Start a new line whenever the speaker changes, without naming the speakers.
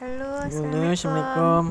Halo,
Halo, Assalamualaikum.